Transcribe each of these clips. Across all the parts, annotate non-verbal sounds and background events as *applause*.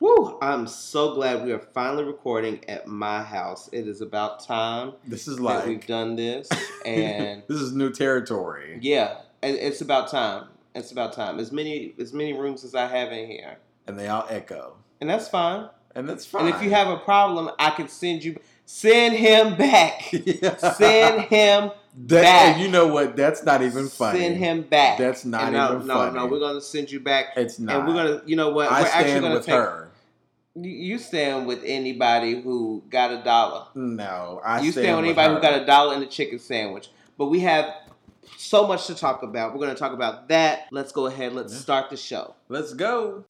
Woo! I'm so glad we are finally recording at my house. It is about time This is that we've like done *laughs* this, and this is new territory. yeah, it- it's about time. It's about time. As many as many rooms as I have in here, And they all echo. and that's fine. And that's fine. And if you have a problem, I can send you. Send him back. *laughs* Yeah. send him. That- back. and you know what? That's not even funny. Send him back. That's not And no, even no, funny. no. We're gonna send you back, It's not. and we're gonna. You know what? I we're stand actually gonna with take. her. You you stand with anybody who got a dollar. No, I you stand with anybody who got a dollar and a chicken sandwich. But we have so much to talk about. We're going to talk about that. Let's go ahead. Let's Yeah. start the show. Let's go.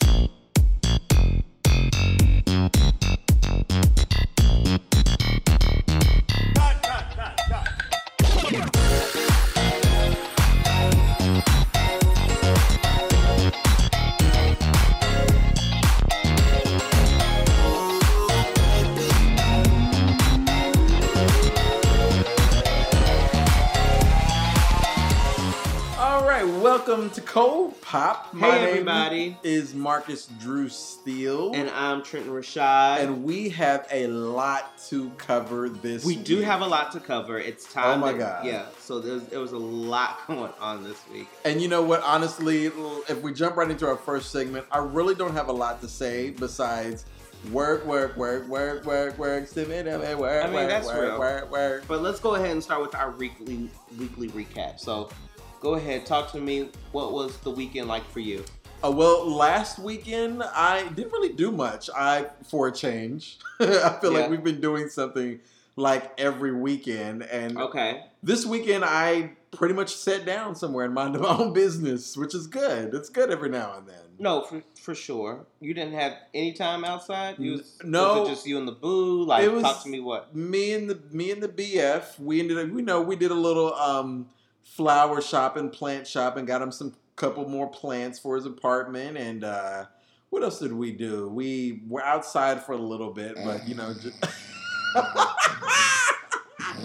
All right, welcome to Cold Pop. hey, everybody. is Marcus Drew Steele, And I'm Trenton Rashad. and we have a lot to cover this. we do week. have a lot to cover. It's time. Oh my that- God. Yeah. So there was, there was a lot *laughs* going on this week. And you know what? Honestly, if we jump right into our first segment, I really don't have a lot to say besides work, work, work, work, work, work, submit, I mean, work, I mean, work, that's work, real. work, work. But let's go ahead and start with our weekly weekly recap. So go ahead. Talk to me. What was the weekend like for you? Uh, well, last weekend I didn't really do much. I for a change, *laughs* I feel Yeah. like we've been doing something like every weekend, and Okay. this weekend I pretty much sat down somewhere and minded my own business, which is good. It's good every now and then. No, for, for sure. You didn't have any time outside. You was, No. was it just you and the boo. Like, It was- talk to me. What? me and the me and the BF, we ended up, you know, we did a little um flower shopping, plant shopping, got him some couple more plants for his apartment, and uh what else did we do? We were outside for a little bit, but you know, just *laughs*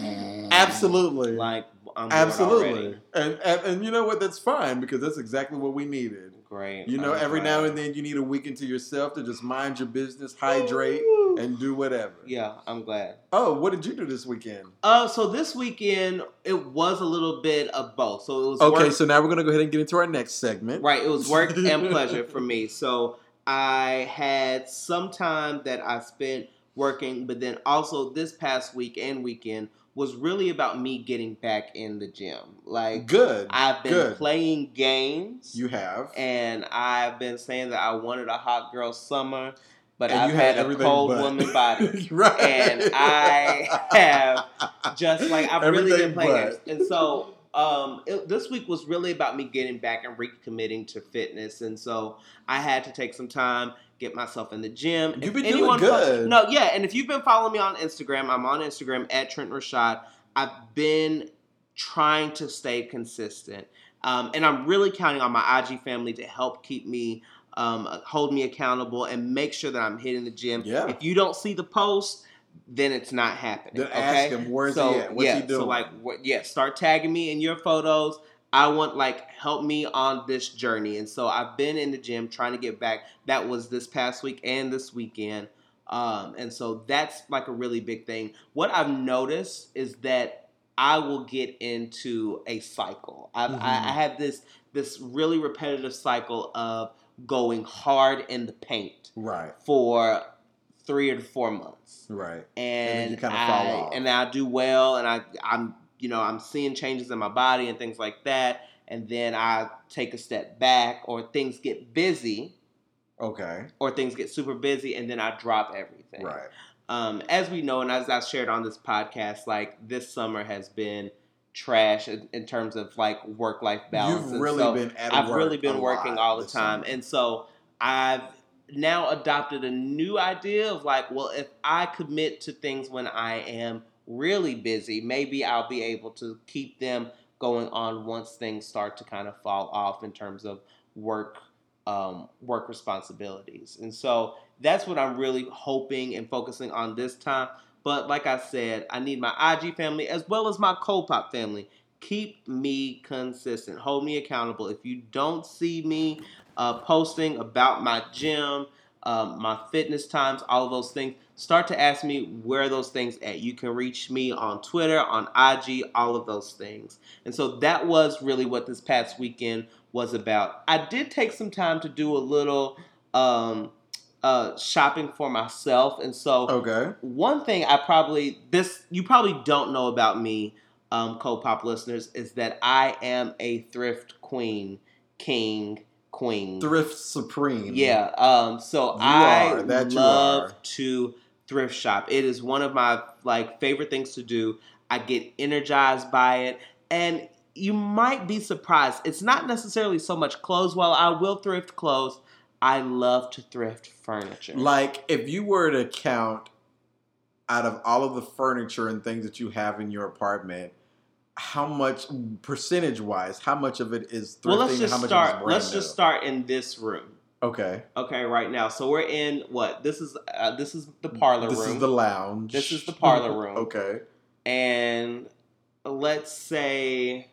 absolutely, Like, I'm bored absolutely, already. and, and and you know what? That's fine because that's exactly what we needed. Great. You know, I'm every glad. now and then you need a weekend to yourself to just mind your business, hydrate, Woo. and do whatever. Yeah, I'm glad. Oh, what did you do this weekend? Uh, so this weekend it was a little bit of both. So it was Okay, work, so now we're gonna go ahead and get into our next segment. right. It was *laughs* work and pleasure for me. So I had some time that I spent working, but then also this past week and weekend was really about me getting back in the gym. Like, Good. I've been Good. playing games. you have. and I've been saying that I wanted a hot girl summer, but And I've you had, had a everything cold but. *laughs* woman body. right. and I have just like I've really been Everything playing but. games. And so um, it, this week was really about me getting back and recommitting to fitness. And so I had to take some time, get myself in the gym. You've If been doing anyone fo- good. no, yeah. And if you've been following me on Instagram, I'm on Instagram at Trent Rashad. I've been trying to stay consistent. Um, and I'm really counting on my IG family to help keep me, um, hold me accountable, and make sure that I'm hitting the gym. Yeah. If you don't see the post, then it's not happening. *laughs* Then okay? ask him where's so, he at? What's yeah, he doing? So like, what, yeah, start tagging me in your photos. I want like help me on this journey, and so I've been in the gym trying to get back. That was this past week and this weekend, um, and so that's like a really big thing. What I've noticed is that I will get into a cycle. I've, I, Mhm. I have this this really repetitive cycle of going hard in the paint right, for three or four months right. then and you kinda I, fall off. and I do well, and I I'm you know I'm seeing changes in my body and things like that, and then I take a step back, or things get busy, Okay. or things get super busy, and then I drop everything. Right. Um, as we know, and as I shared on this podcast, like this summer has been trash in, in terms of like work life balance. You've and really so- been at I've work really a been working lot all the this time. summer. And so I've now adopted a new idea of like, well, if I commit to things when I am really busy, maybe I'll be able to keep them going on once things start to kind of fall off in terms of work um, work responsibilities. And so that's what I'm really hoping and focusing on this time. But like I said, I need my IG family as well as my Copop family keep me consistent. Hold me accountable. If you don't see me uh, posting about my gym, um, my fitness times, all of those things. Start to ask me where are those things at. You can reach me on Twitter, on IG, all of those things. And so that was really what this past weekend was about. I did take some time to do a little um, uh, shopping for myself, and so Okay. one thing I probably this you probably don't know about me, um, co-pop listeners, is that I am a thrift queen, king, queen. Thrift Supreme. Yeah. Um. So You I are, that you love are. to thrift shop. It is one of my like favorite things to do. I get energized by it, and you might be surprised. It's not necessarily so much clothes. While I will thrift clothes, I love to thrift furniture. Like if you were to count out of all of the furniture and things that you have in your apartment, how much percentage wise, how much of it is thrifting well, let's and how just much of it is start. brand Let's just new? start in this room. Okay. Okay, right now. So we're in what? This is uh, this is the parlor This room. is the lounge. This is the *laughs* parlor room. okay. and let's say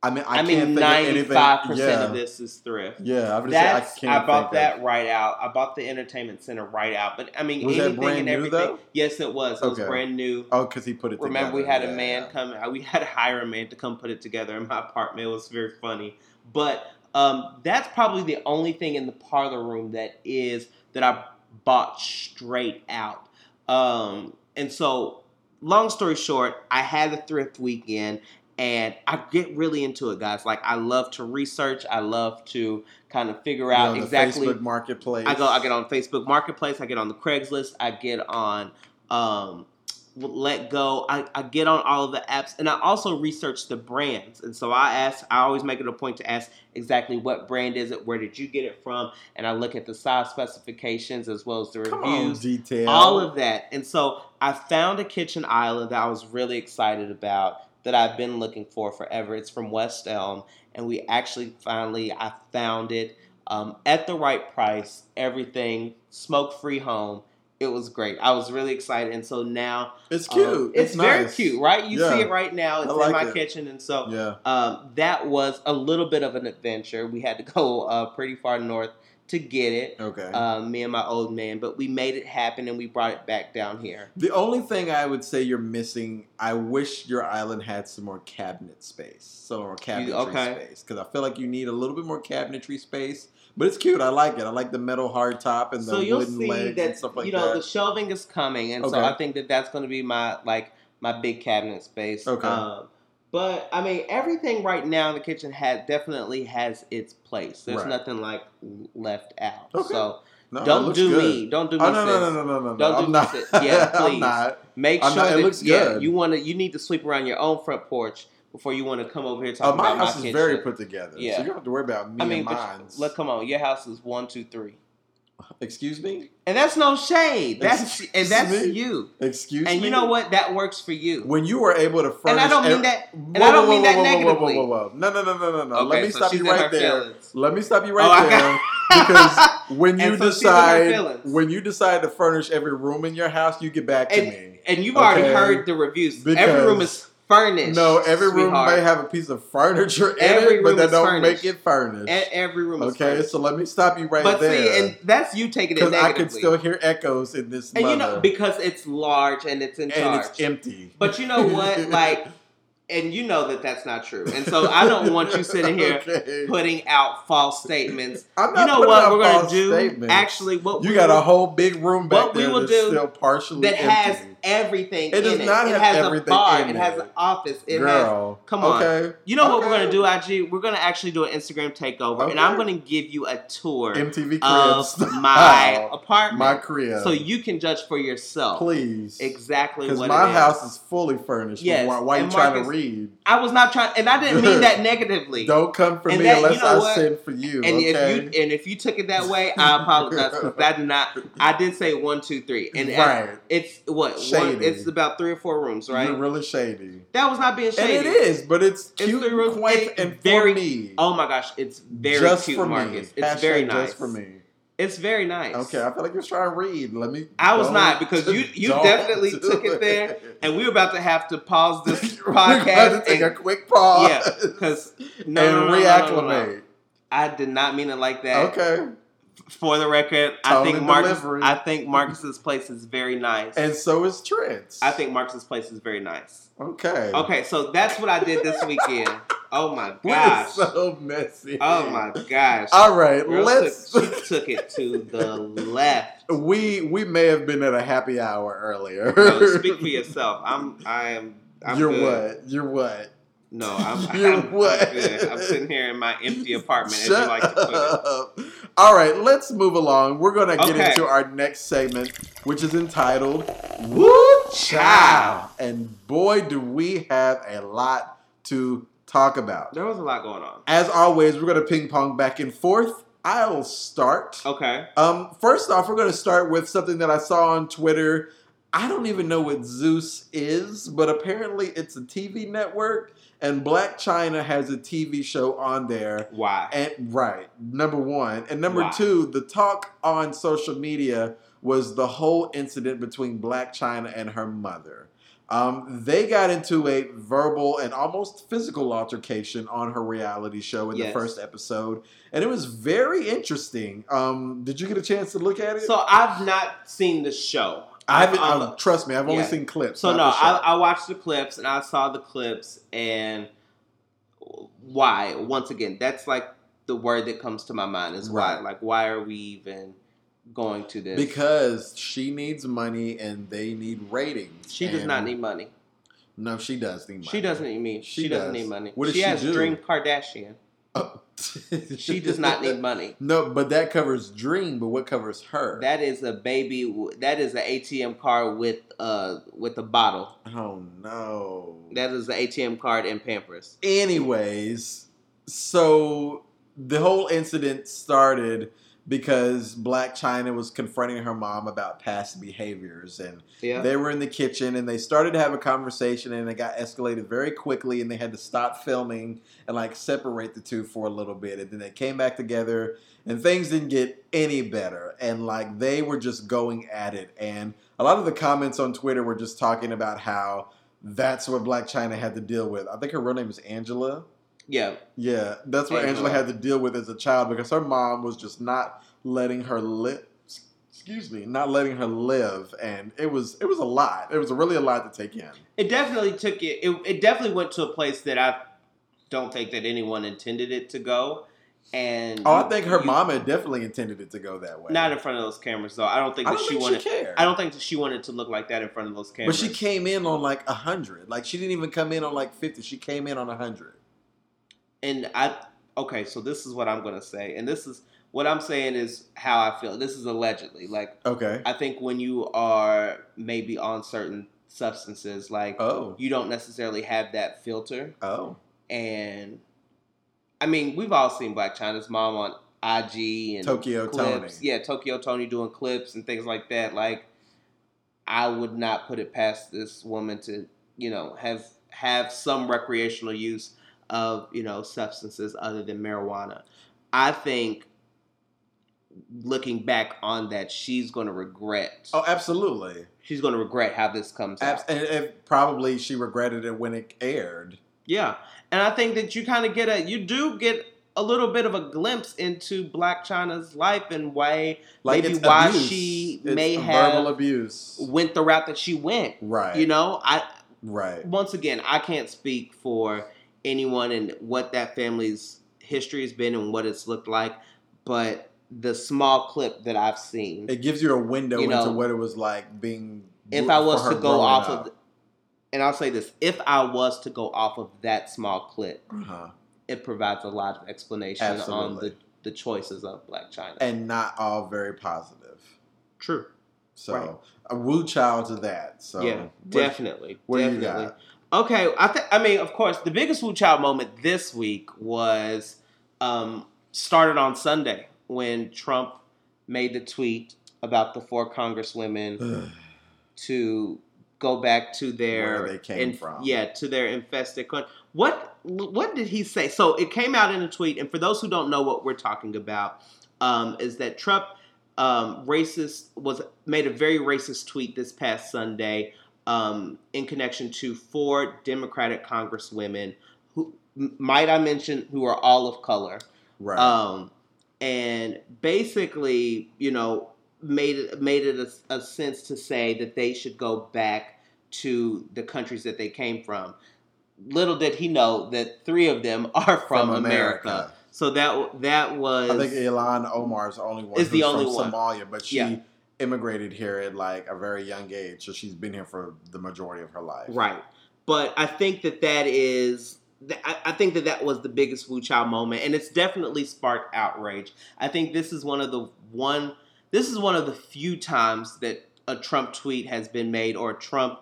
I mean, I, I, can't mean, think of ninety anything. five percent yeah. of this is thrift. Yeah, I would just say I That's can't. I, bought think that of- right out. I bought the entertainment center right out. But I mean, Was that anything brand and new, everything. though? Yes, it was. It was Okay. brand new. Oh, because he put it. Remember, we had together. a Yeah, man yeah. come. We *laughs* had to hire a man to come put it together in my apartment. It was very funny. But um, that's probably the only thing in the parlor room that is that I bought straight out. Um, and so, long story short, I had a thrift weekend, and I get really into it, guys. Like I love to research. I love to kind of figure You're out on the exactly Facebook marketplace. I go. I get on Facebook Marketplace. I get on the Craigslist. I get on um, Let Go. I, I get on all of the apps, and I also research the brands. And so I ask. I always make it a point to ask exactly what brand is it. Where did you get it from? And I look at the size specifications as well as the Come on, reviews detail. all of that. And so I found a kitchen island that I was really excited about that I've been looking for forever. It's from West Elm, and we actually finally I found it um, at the right price. Everything smoke free home. It was great. I was really excited, and so now It's um, cute. it's very nice. cute, right? You Yeah. see it right now. It's in like my it. kitchen, and so Yeah. um, that was a little bit of an adventure. We had to go uh, pretty far north to get it Okay. um, me and my old man, but we made it happen and we brought it back down here. the only thing I would say you're missing, I wish your island had some more cabinet space, some more cabinetry okay. space, because I feel like you need a little bit more cabinetry space. But it's cute. I like it. I like the metal hard top and the So you'll wooden see legs and that stuff like you know the that. shelving is coming, and so Okay. I think that that's going to be my like my big cabinet space. Okay. Um, but I mean, everything right now in the kitchen has definitely has its place. There's Right. nothing like left out. Okay. So No, it don't looks do good. me. Don't do me. Oh no no sis. no no no no! Don't I'm do not. this. *laughs* Yeah, *laughs* I'm please. not. Make I'm sure not- it that looks yeah, good. you want to you need to sweep around your own front porch before you want to come over here Uh, talking my about house my is kitchen. very put together, Yeah. so you don't have to worry about me I mean, and but mine. look, come on, your house is one, two, three. Excuse me. And that's no shade. That's Excuse and that's me? you. Excuse me. And you know what? That works for you. When you were able to And furnish, I don't mean ev- that. Whoa, and I don't whoa, mean whoa, that whoa, whoa, negatively. Whoa, whoa, whoa, No, no, no, no, no, no. Let Okay, me so stop she's you in her right there. feelings. Let me stop you Oh, I right there got- *laughs* because when you And so she's in her decide feelings. when you decide to furnish every room in your house, you get back to me. and you've already Okay. heard the reviews. every Because- room is furnished. No, every room sweetheart. may have a piece of furniture in Every it, but room that is don't furnished. make it furnished. E- every room is okay, furnished. so let me stop you right but see, there and that's you taking it because negatively. I can still hear echoes in this and mother, you know because it's large and it's in and charge. it's empty. But you know *laughs* what? Like, and you know that that's not true. And so I don't want you sitting here *laughs* Okay. putting out false statements. I'm You not know putting what out we're gonna false do? statements. Actually, what You we got a will- whole big room back What we there will that's do still partially that has empty. everything. It does in not it. it have has a everything bar. in it has it. an office. It has. Girl, come on. Okay, You know what we're Okay. gonna do, IG? We're gonna actually do an Instagram takeover, and I'm Okay. gonna give you a tour MTV of Cribs, *laughs* my apartment, my crib. so you can judge for yourself please, exactly because what my it is. house is fully furnished. Yes, Why, why you and trying to Marcus- read? I was not trying, and I didn't mean *laughs* that negatively. Don't come for And me that- you unless know I what? send for you. And okay. if you and if you took it that way, *laughs* I apologize because that did not. I did say one, two, three, *laughs* and I- right, it's what one, Shady. it's about three or four rooms, right? you're really shady. that was not being shady. And it is, but it's It's cute, the and room- quaint, it's and very- for me. Oh my gosh, it's very just cute, for Marcus. me. It's Hashtag very nice Just for me. It's very nice. Okay, I feel like you're trying to read. Let me. I was don't- not, because you- *laughs* you don't definitely do took it there and we were about to have to pause *laughs* this We're gonna podcast take a and- quick pause. Yeah, 'cause no, and no, no, no, no, no, no. reacclimate. I did not mean it like that. Okay. For the record, I Tone think and Marcus. delivery. I think Marcus's place is very nice. and so is Trent's. I think Marcus's place is very nice. Okay. Okay, so that's what I did this weekend. Oh *laughs* my We're gosh! so messy. Oh my gosh! All right, Girl let's. took, she took it to the left. *laughs* we we may have been at a happy hour earlier. No, speak for yourself. I'm. I am. I'm You're good. what? You're what? No, I'm. *laughs* You're I'm, what? I'm good. I'm sitting here in my *laughs* empty apartment, as you Shut like to put it. up. All right, let's move along. We're gonna get Okay. into our next segment, which is entitled "Woo Child," and boy, do we have a lot to talk about. There was a lot going on. As always, we're gonna ping pong back and forth. I'll start. Okay. Um, first off, we're going to start with something that I saw on Twitter. I don't even know what Zeus is, but apparently it's a TV network, and Black China has a TV show on there. Why? And right, number one, and number Wow. two, the talk on social media was the whole incident between Black China and her mother. Um, they got into a verbal and almost physical altercation on her reality show in the Yes. first episode, and it was very interesting. Um, did you get a chance to look at it? So I've not seen the show. I haven't. Um, um, trust me, I've only yeah. seen clips. So not no, the show. I, I watched the clips and I saw the clips and why? Once again, that's like the word that comes to my mind is why. Right. Like why are we even going to this? because she needs money and they need ratings. she does and- not need money. No, she does need money. She doesn't need me. She, She doesn't does. need money. What does she she has do? Dream Kardashian. She does not *laughs* need money. Oh. No, but that covers Dream. But what covers her? That is a baby. w- That is an ATM card with uh with a bottle. oh no. That is the ATM card and Pampers. Anyways, so the whole incident started because Black China was confronting her mom about past behaviors, and Yeah. they were in the kitchen and they started to have a conversation, and it got escalated very quickly, and they had to stop filming and like separate the two for a little bit, and then they came back together, and things didn't get any better, and like they were just going at it, and a lot of the comments on Twitter were just talking about how that's what Black China had to deal with. I think her real name is Angela. yeah. Yeah, that's what Angela. Angela. had to deal with as a child because her mom was just not letting her live. Excuse me, not letting her live, and it was it was a lot. It was really a lot to take in. It definitely took it, it. It definitely went to a place that I don't think that anyone intended it to go. And Oh, I think her you- mama definitely intended it to go that way. Not in front of those cameras, though. I don't think I that don't she think wanted. she cared. I don't think that she wanted to look like that in front of those but cameras. she came in on like a hundred. Like she didn't even come in on like fifty. She came in on a hundred. and I okay. So this is what I'm gonna say, and this is what I'm saying is how I feel. This is allegedly. Like Okay. I think when you are maybe on certain substances, like Oh. you don't necessarily have that filter. Oh. and I mean, we've all seen Black China's mom on IG and Tokyo Tony. clips. Yeah, Tokyo Tony doing clips and things like that. Like, I would not put it past this woman to, you know, have have some recreational use of you know substances other than marijuana. I think looking back on that, she's going to regret. Oh, absolutely. She's going to regret how this comes out. Abs- and, and probably she regretted it when it aired. Yeah, and I think that you kind of get a you do get a little bit of a glimpse into Black China's life and why like Maybe it's why abuse. she It's may verbal have- abuse. went the route that she went. Right. You know, I Right. once again I can't speak for anyone and what that family's history has been and what it's looked like, but the small clip that I've seen, It gives you a window You into know, what it was like being. if gr- I for was her to go growing off up. of, and I'll say this, if I was to go off of that small clip, Uh-huh. it provides a lot of explanation on Absolutely. the the choices of Black China. and not all very positive. True. So Right. a woo child to that. So yeah, what- definitely. what do you definitely. Okay, I think I mean, of course, the biggest Wu Child moment this week was um, started on Sunday when Trump made the tweet about the four congresswomen to go back to their Where they came from. Yeah, to their infested country. What what did he say? So it came out in a tweet, and for those who don't know what we're talking about, um, is that Trump um, racist was made a very racist tweet this past Sunday um, in connection to four Democratic Congresswomen who m- might I mention who are all of color *sighs* right. um, and basically, you know, made it made it a, a sense to say that they should go back to the countries that they came from. Little did he know that three of them are from, America. So that that was I think Ilan Omar is the only one Is the who's only from one. Somalia, but she Yeah. immigrated here at like a very young age, so she's been here for the majority of her life. Right. But I think that that is. th- I I think that that was the biggest Wu Chow moment, and it's definitely sparked outrage. I think this is one of the one. This is one of the few times that a Trump tweet has been made or a Trump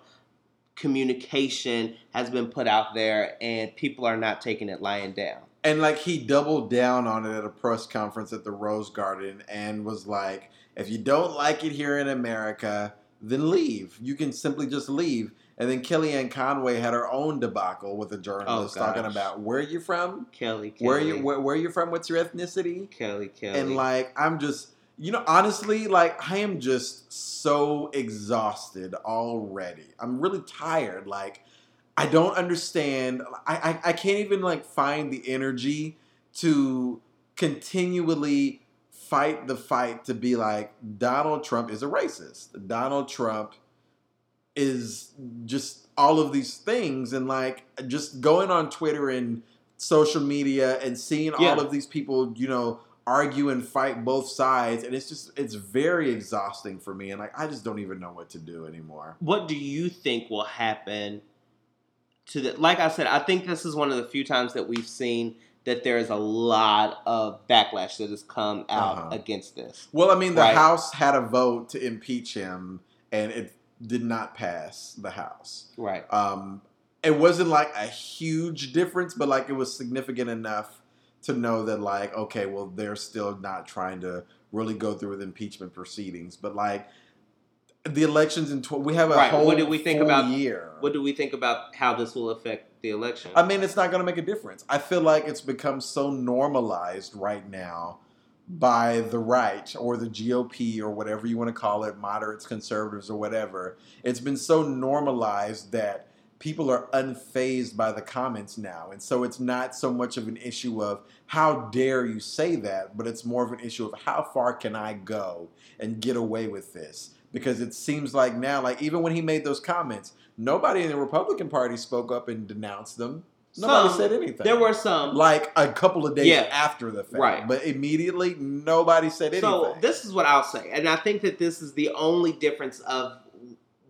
communication has been put out there, and people are not taking it lying down. And like he doubled down on it at a press conference at the Rose Garden and was like, if you don't like it here in America, then leave. You can simply just leave. And then Kellyanne Conway had her own debacle with a journalist talking Oh, gosh. about where you from, Kelly, Kelly where you where, where you from, what's your ethnicity, Kelly, Kelly, and like I'm just you know honestly like I am just so exhausted already. I'm really tired. Like I don't understand. I I, I can't even like find the energy to continually fight the fight to be like Donald Trump is a racist. Donald Trump is just all of these things and like just going on Twitter and social media and seeing Yeah. all of these people, you know, argue and fight both sides and it's just it's very exhausting for me and like I just don't even know what to do anymore. what do you think will happen to the like i said i think this is one of the few times that we've seen that there is a lot of backlash that has come out Uh-huh. against this Well, I mean the Right. house had a vote to impeach him and it did not pass the house. right um, it wasn't like a huge difference, but like it was significant enough to know that like okay, well they're still not trying to really go through with impeachment proceedings, but like the elections in tw- we have a Right, whole what did we think full about- year. what do we think about how this will affect the election I mean, it's not going to make a difference. I feel like it's become so normalized right now by the right or the GOP or whatever you want to call it, moderates, conservatives, or whatever. It's been so normalized that people are unfazed by the comments now. And so it's not so much of an issue of how dare you say that, but it's more of an issue of how far can I go and get away with this? Because it seems like now, like even when he made those comments, nobody in the Republican Party spoke up and denounced them. Nobody Some- said anything. there were some like a couple of days Yeah. after the fact, Right. But immediately, nobody said anything. so this is what i'll say and i think that this is the only difference of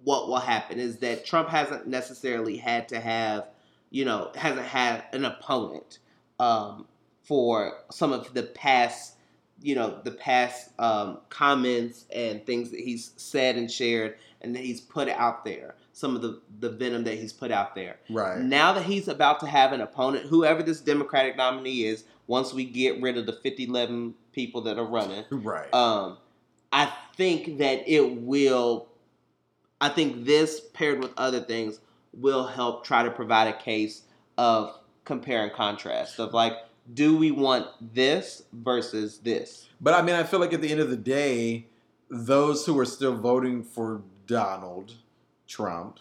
what will happen is that trump hasn't necessarily had to have you know hasn't had an opponent um, for some of the past you know the past um, comments and things that he's said and shared and that he's put out there some of the the venom that he's put out there right? now that he's about to have an opponent whoever this democratic nominee is once we get rid of the 51 people that are running right. um, I think that it will. I think this paired with other things will help try to provide a case of compare and contrast of like, do we want this versus this? But I mean, I feel like at the end of the day, those who are still voting for Donald Trump,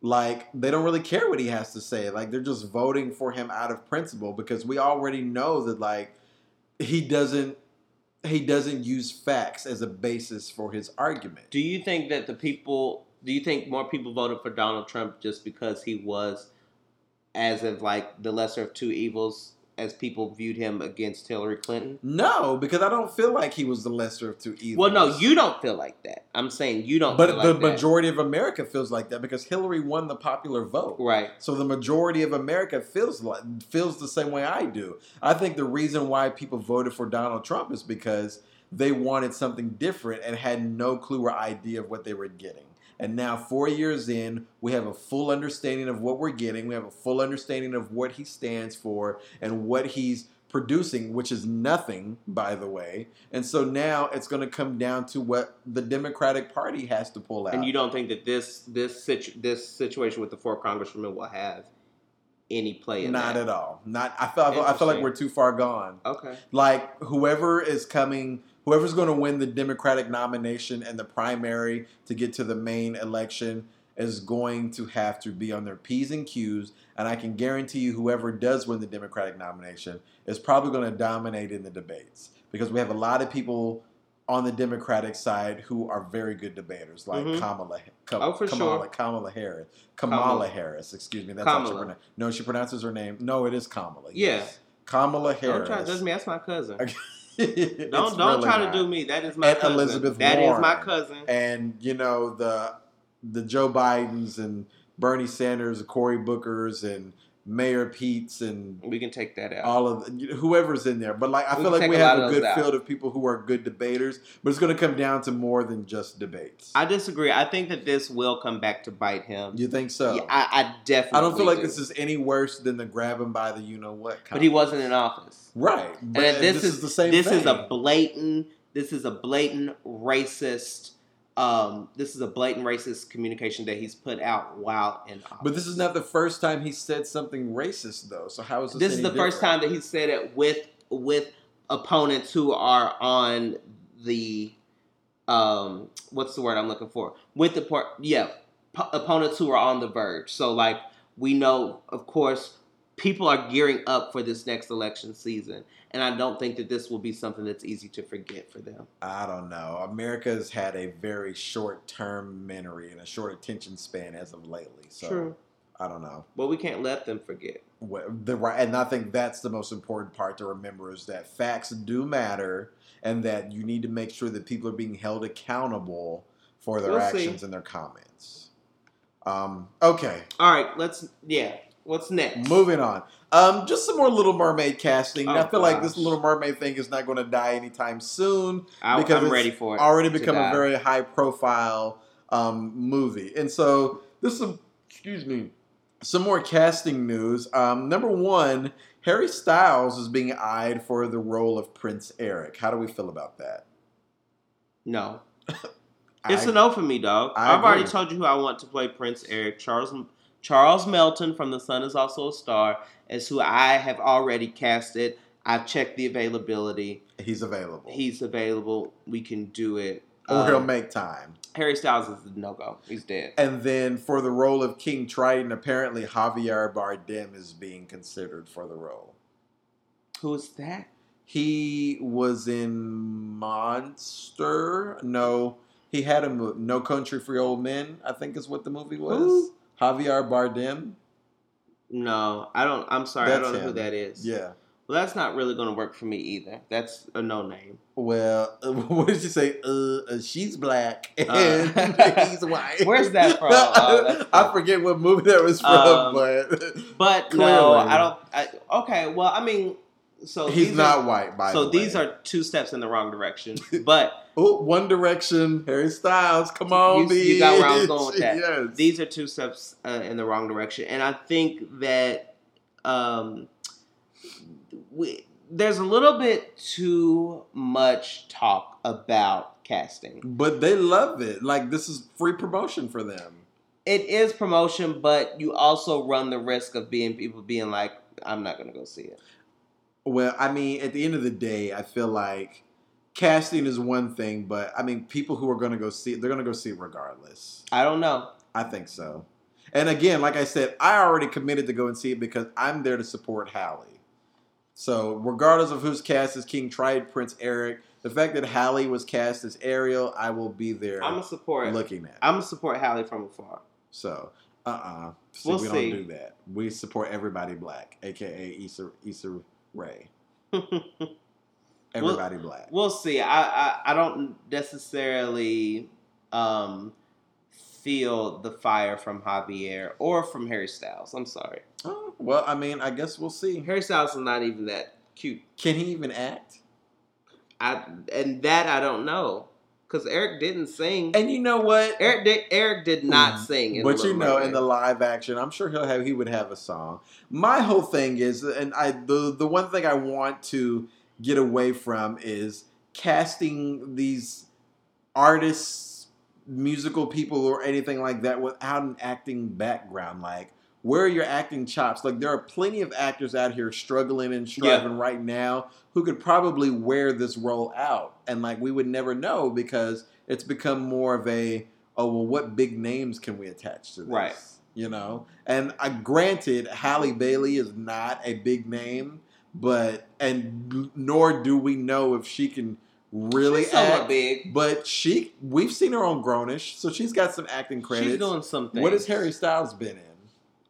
like they don't really care what he has to say. Like they're just voting for him out of principle because we already know that like he doesn't he doesn't use facts as a basis for his argument. Do you think that the people? Do you think more people voted for Donald Trump just because he was, as of like the lesser of two evils, as people viewed him against Hillary Clinton? No, because I don't feel like he was the lesser of two Well, evils. no, you don't feel like that. I'm saying you don't. But feel the like that. majority of America feels like that because Hillary won the popular vote. right? So the majority of America feels like, feels the same way I do. I think the reason why people voted for Donald Trump is because they wanted something different and had no clue or idea of what they were getting. And now 4 years in, we have a full understanding of what we're getting. We have a full understanding of what he stands for and what he's producing, which is nothing, by the way. And so now it's going to come down to what the Democratic Party has to pull out. And you don't think that this this situ- this situation with the four congresswomen will have any play in not that? at all. Not I feel I feel like Interesting. we're too far gone. okay. like whoever is coming whoever's going to win the democratic nomination and the primary to get to the main election is going to have to be on their p's and q's and i can guarantee you whoever does win the democratic nomination is probably going to dominate in the debates because we have a lot of people on the Democratic side who are very good debaters, like Mhm. Kamala, Ka- Oh, for Kamala, sure. Kamala Harris, Kamala, Kamala. Harris. Excuse me, that's how she Kamala. pronounces. No, she pronounces her name. No, it is Kamala. Yeah. Yes, Kamala Don't Harris. try to judge me. That's my cousin. Okay. *laughs* Don't don't try to do me. That is my And cousin. Elizabeth That is Warren. my cousin. and you know the the Joe Bidens and Bernie Sanders, Cory Booker's and Mayor Pete's and we can take that out. all of whoever's in there. But like I We feel can like take we a have lot a of good those out. field of people who are good debaters, but it's going to come down to more than just debates. I disagree. I think that this will come back to bite him. you think so? Yeah, I, I definitely. I don't feel like do. this is any worse than the grab him by the you know what. But he wasn't in office. right. But and this, is, the same. This thing. is a blatant. This is a blatant racist. Um, this is a blatant racist communication that he's put out while in office. But this is not the first time he said something racist, though. So how is this? this is any the first different? time that he said it with with opponents who are on the um what's the word I'm looking for with the part yeah po- opponents who are on the verge. So like we know, of course, people are gearing up for this next election season, and I don't think that this will be something that's easy to forget for them. I don't know. America's had a very short term memory and a short attention span as of lately. So I don't know. but we can't let them forget. What, the right, and I think that's the most important part to remember is that facts do matter, and that you need to make sure that people are being held accountable for their We'll see. actions and their comments. Um, okay, All right, let's yeah. What's next? Moving on. Um, just some more Little Mermaid casting. I Oh, feel like this gosh. Little Mermaid thing is not going to die anytime soon. I, because I'm it's ready for it. Already to become a die. very high profile um, movie. And so this is, excuse me, some more casting news. Um, number one, Harry Styles is being eyed for the role of Prince Eric. How do we feel about that? no. It's I- a no for me, dog. I I've already agree. told you who I want to play Prince Eric. Charles Charles Melton from The Sun is also a star, is who I have already casted. I've checked the availability. he's available. He's available. We can do it. or he'll Um, make time. Harry Styles is a no go. He's dead. And then for the role of King Triton, apparently Javier Bardem is being considered for the role. Who's that? He was in Monster. No, he had a mo- No Country for Old Men. I think is what the movie was. Who? Javier Bardem. No, I don't. I'm sorry. I That's don't know him. who that is. Yeah. Well, that's not really going to work for me either. That's a no name. Well, *laughs* what did you say? Uh, uh, she's black *laughs* and Uh. he's white. Where's that from? *laughs* Oh, that's I forget what movie that was from, Um, but *laughs* But no, Clearly. I don't. I, okay. Well, I mean, so he's these not Are, white. By so the these way. are two steps in the wrong *laughs* direction. But Oh, One Direction, Harry Styles. Come on, You- you got where I was bitch. going with that. *laughs* Yes. these are two steps uh, in the wrong direction, and I think that um, we, there's a little bit too much talk about casting. but they love it. Like this is free promotion for them. It is promotion, but you also run the risk of being people being like, "I'm not going to go see it." Well, I mean, at the end of the day, I feel like casting is one thing, but I mean, people who are going to go see it, they're going to go see it regardless. I don't know. I think so. And again, like I said, I already committed to go and see it because I'm there to support Hallie. So, regardless of who's cast as King Triad, Prince Eric, the fact that Hallie was cast as Ariel, I will be there I'm a support. looking at. it. I'm a support Hallie from afar. So, uh uh See, We'll we see. don't do that. We support everybody black, aka Issa, Issa *laughs* Ray. Everybody black. We'll see. I, I, I don't necessarily um, feel the fire from Javier or from Harry Styles. I'm sorry. Oh, well, I mean, I guess we'll see. Harry Styles is not even that cute. Can he even act? I and that I don't know because Eric didn't sing. And you know what? Eric did. Eric did not sing. In Mm. but Little you know, in Mermaid. the live action, I'm sure he'll have he would have a song. My whole thing is, and I the the one thing I want to get away from is casting these artists, musical people, or anything like that without an acting background. Like, where are your acting chops? Like, there are plenty of actors out here struggling and striving right now who could probably wear this role out, and like we would never know because it's become more of a oh well, what big names can we attach to this? Right. You uh, know, and I granted Halle Bailey is not a big name, but and nor do we know if she can really She's somewhat act. big. But she, we've seen her on Grownish, so she's got some acting credits. She's doing something. what has Harry Styles been in?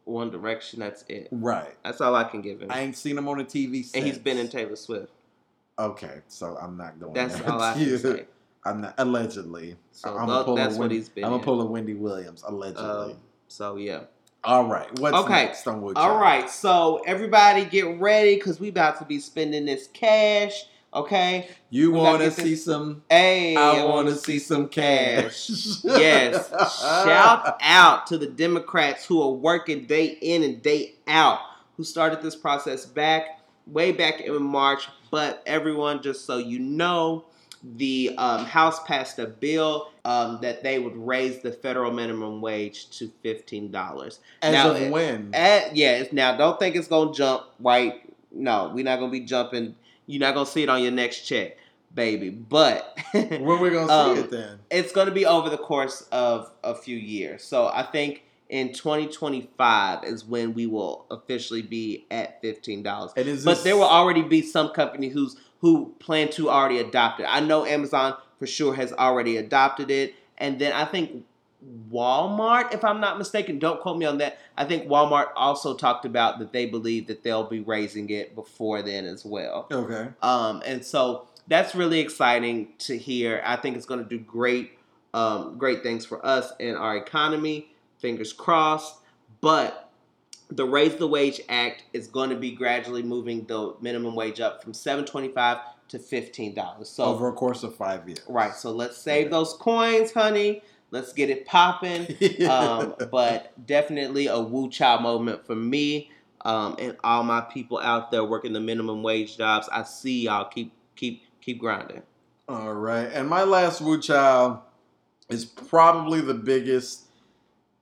One Direction. That's it. Right. That's all I can give him. I ain't seen him on a TV. and he's since. been in Taylor Swift. Okay, so I'm not going. That's there. all *laughs* I Oh, Yeah. can say. I'm not allegedly. So tho- I'm gonna pull that's a what Wendy, he's been. I'm in. gonna pull a Wendy Williams allegedly. Um, so yeah. all right. What's okay. next on Woodchuck? All right. So everybody get ready because we about to be spending this cash. Okay. You We gotta want to get see some? Hey. I want to see some cash. Yes. Shout out to the Democrats who are working day in and day out, who started this process back way back in March. But everyone, just so you know, the um, House passed a bill um, that they would raise the federal minimum wage to fifteen dollars. *laughs* As Now, eh, of it- when? Yes. Now, don't think it's gonna jump right. No, we're not gonna be jumping. You're not gonna see it on your next check, baby. But *laughs* when we're gonna see um, it then? it's going to be over the course of a few years. So I think in 2025 is when we will officially be at $15. And is But this- there will already be some company who's who plan to already adopt it. I know Amazon for sure has already adopted it, and then I think Walmart, if I'm not mistaken, don't quote me on that. I think Walmart also talked about that they believe that they'll be raising it before then as well. okay. Um, and so that's really exciting to hear. I think it's going to do great, um, great things for us and our economy. Fingers crossed. But the Raise the Wage Act is going to be gradually moving the minimum wage up from seven twenty five to fifteen dollars. So Over a course of five years. *laughs* right. So let's save Okay. those coins, honey. Let's get it popping *laughs* um, but definitely a woo chow moment for me um, and all my people out there working the minimum wage jobs. I see y'all. Keep keep keep *laughs* grinding. All right. And my last Wu Chow is probably the biggest.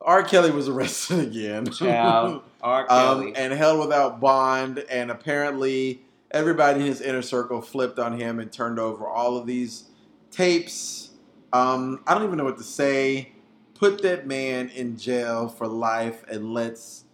R. Kelly was arrested *laughs* again. Child, R. Kelly. um, and held without bond. And apparently, everybody in his inner circle flipped on him and turned over all of these tapes. Um, I don't even know what to say. Put that man in jail for life and let's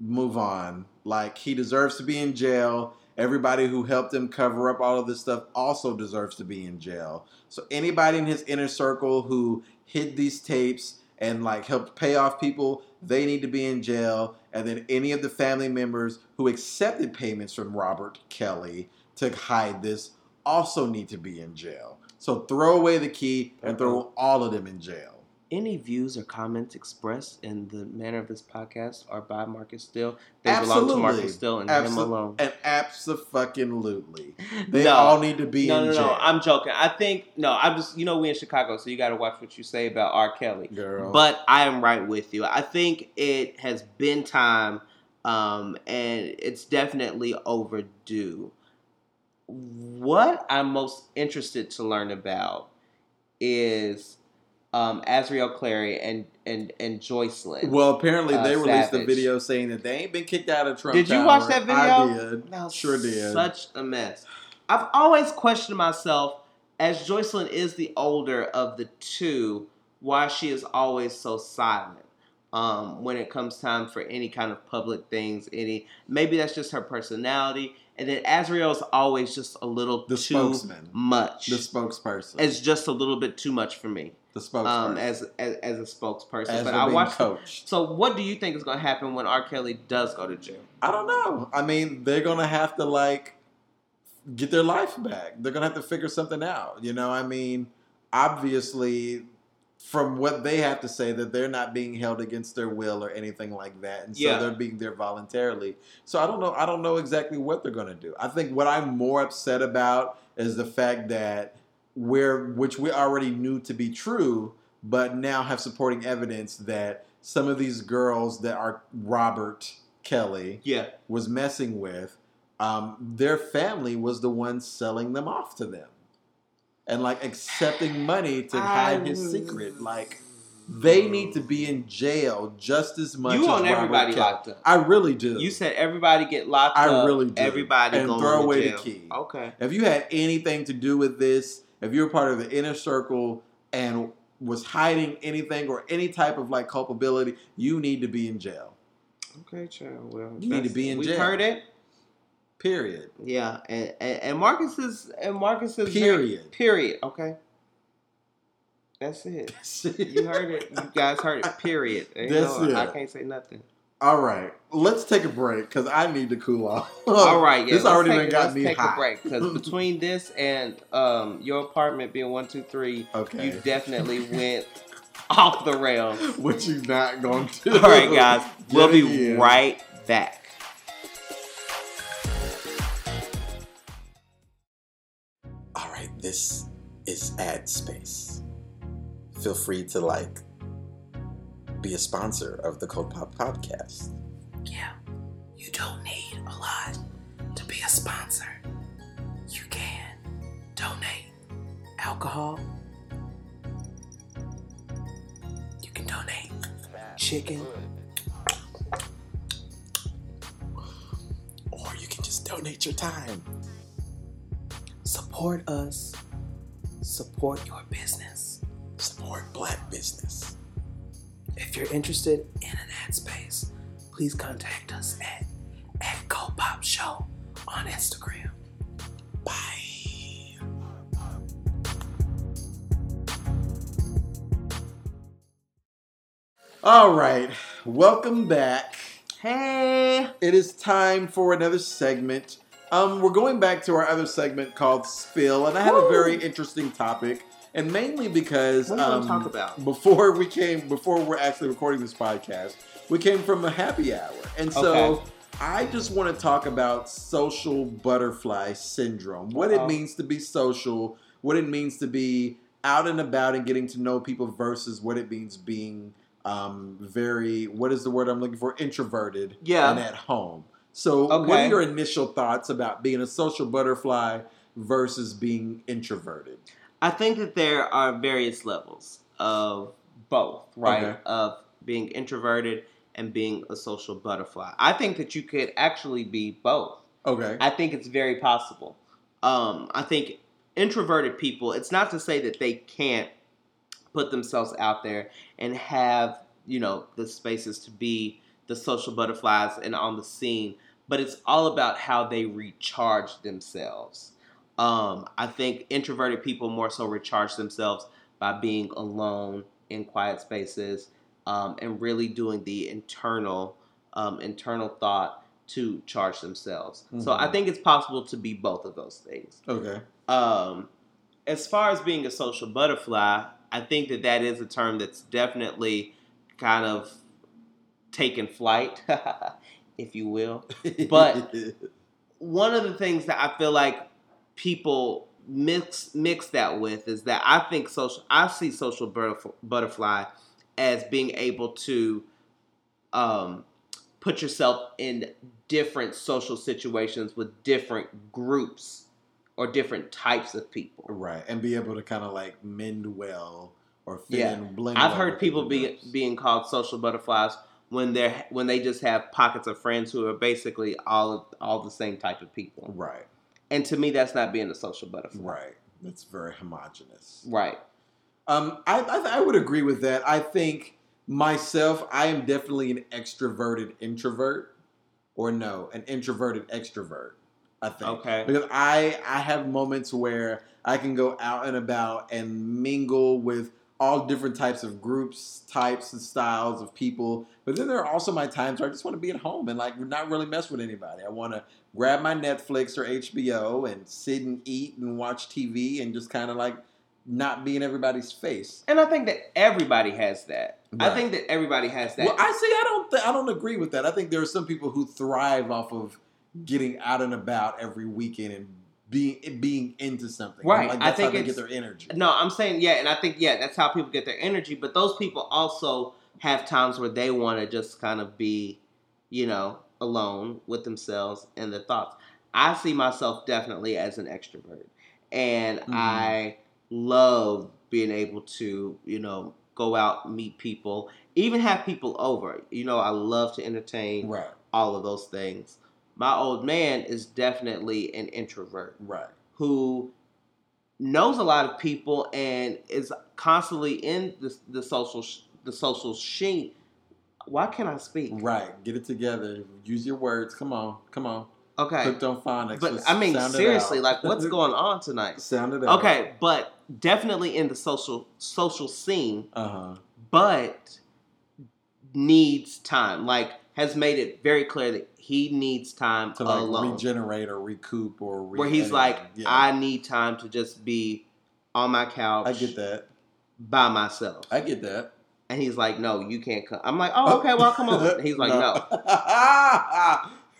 move on. Like, he deserves to be in jail. Everybody who helped him cover up all of this stuff also deserves to be in jail. So, anybody in his inner circle who hid these tapes and like helped pay off people, they need to be in jail. And then any of the family members who accepted payments from Robert Kelly to hide this also need to be in jail. So throw away the key and Uh-huh. throw all of them in jail. Any views or comments expressed in the manner of this podcast are by Marcus Still. They belong Absolutely. to Marcus Still and Absol- him alone. And absolutely, they No. all need to be no, in no, jail. no. I'm joking. I think no. I'm just you know we in Chicago, so you got to watch what you say about R. Kelly. girl. But I am right with you. I think it has been time, um, and it's definitely overdue. What I'm most interested to learn about is um, Azriel Clary and and and Joycelyn. well, apparently Uh, they released a Savage. video saying that they ain't been kicked out of Trump. Did you Tower. watch that I video? did. That was Sure did. Such a mess. I've always questioned myself, as Joycelyn is the older of the two, why she is always so silent um, when it comes time for any kind of public things. Any maybe that's just her personality, and then Azriel's always just a little The too spokesman. much. The spokesperson. it's just a little bit too much for me the spokesperson. um, as, as as a spokesperson. As but we're I being watched. coached. So, what do you think is going to happen when R. Kelly does go to jail? I don't know. I mean, they're gonna have to like get their life back. They're gonna have to figure something out. You know, I mean, obviously, from what they have to say, that they're not being held against their will or anything like that, and so Yeah. they're being there voluntarily. So I don't know. I don't know exactly what they're gonna do. I think what I'm more upset about is the fact that where which we already knew to be true, but now have supporting evidence that some of these girls that are Robert Kelly Yeah, was messing with, um, their family was the one selling them off to them and like accepting money to hide his secret. Like they need to be in jail just as much. you as want Robert everybody Kelly. locked up. I really do. You said everybody get locked I up. really do. Everybody And going throw to away the jail. key. Okay. if you had anything to do with this, if you were part of the inner circle and was hiding anything or any type of like culpability, you need to be in jail. Okay, child. Well, You need to that's- be in we've jail. heard it. Period. Yeah, and, and, and Marcus is and Marcus is Period. Period. Okay. That's it. *laughs* You heard it. You guys heard it. Period. Ain't That's no- it. I can't say nothing. All right, let's take a break because I need to cool off. All right. Yeah, Oh, this let's already take, done got let's me take hot. a break because between this and um your apartment being one two three, *laughs* Okay, you definitely went off the rails. *laughs* what you not going to? All right, guys. We'll Yet be again. right back. All right, this is Ad Space. Feel free to like be a sponsor of the Code Pop podcast. Yeah, you don't need a lot to be a sponsor. You can donate alcohol. You can donate chicken. Or you can just donate your time. Support us. Support your business. Support black business. If you're interested in an ad space, please contact us at, at Go Pop Show on Instagram. Bye. All right, welcome back. Hey. It is time for another segment. Um, we're going back to our other segment called Spill, and I had a very interesting topic, and mainly because What do you want um, to talk about? before we came before we're actually recording this podcast we came from a happy hour and so Okay. i just want to talk about social butterfly syndrome what it Oh. means to be social what it means to be out and about and getting to know people versus what it means being um, very what is the word i'm looking for introverted Yeah. and at home so what are Okay. your initial thoughts about being a social butterfly versus being introverted I think that there are various levels of both, right? Okay. Of being introverted and being a social butterfly. I think that you could actually be both. okay I think it's very possible. Um, I think introverted people, it's not to say that they can't put themselves out there and have, you know, the spaces to be the social butterflies and on the scene, but it's all about how they recharge themselves. Um, I think introverted people more so recharge themselves by being alone in quiet spaces um, and really doing the internal um, internal thought to charge themselves. So Mhm. I think it's possible to be both of those things. okay Um, as far as being a social butterfly, I think that that is a term that's definitely kind of taken flight, *laughs* if you will But- *laughs* one of the things that I feel like people mix mix that with is that I think social I see social butterf- butterfly as being able to um, put yourself in different social situations with different groups or different types of people. Right, and be able to kind of like mend well or fit Yeah. in, blend. I've well heard with people everyone be, else. being called social butterflies when they're when they just have pockets of friends who are basically all all the same type of people. right, And to me that's not being a social butterfly. right. That's very homogenous. Right. Um, I, I I would agree with that. I think myself, I am definitely an extroverted introvert, or no, an introverted extrovert. I think. Okay. because I I have moments where I can go out and about and mingle with all different types of groups, types and styles of people. But then there are also my times where I just want to be at home and like not really mess with anybody. I want to grab my Netflix or HBO and sit and eat and watch TV and just kind of like not be in everybody's face. And I think that everybody has that. Right. I think that everybody has that. Well, I see. I don't. Th- I don't agree with that. I think there are some people who thrive off of getting out and about every weekend and being being into something. Right. Like I that's how think they get it's- their energy. no, I'm saying yeah, and I think yeah, that's how people get their energy. But those people also have times where they want to just kind of be, you know, alone with themselves and their thoughts. I see myself definitely as an extrovert, and Mhm. I love being able to, you know, go out meet people, even have people over. You know, I love to entertain Right. all of those things. My old man is definitely an introvert Right. who knows a lot of people and is constantly in the, the social sh- the social sheen. Why can't I speak? Right. Get it together. Use your words. Come on. Come on. Okay. Hooked on phonics. But Let's I mean, sound it seriously, out. like *laughs* what's going on tonight? sound it out. Okay, but definitely in the social social scene, Uh huh. but needs time. Like has made it very clear that he needs time To like alone. regenerate or recoup or re- where he's anything. like, yeah, I need time to just be on my couch I get that. by myself. I get that. and he's like, No, you can't come. I'm like, Uh, Oh, okay, well, I'll come over. *laughs* And He's like, No,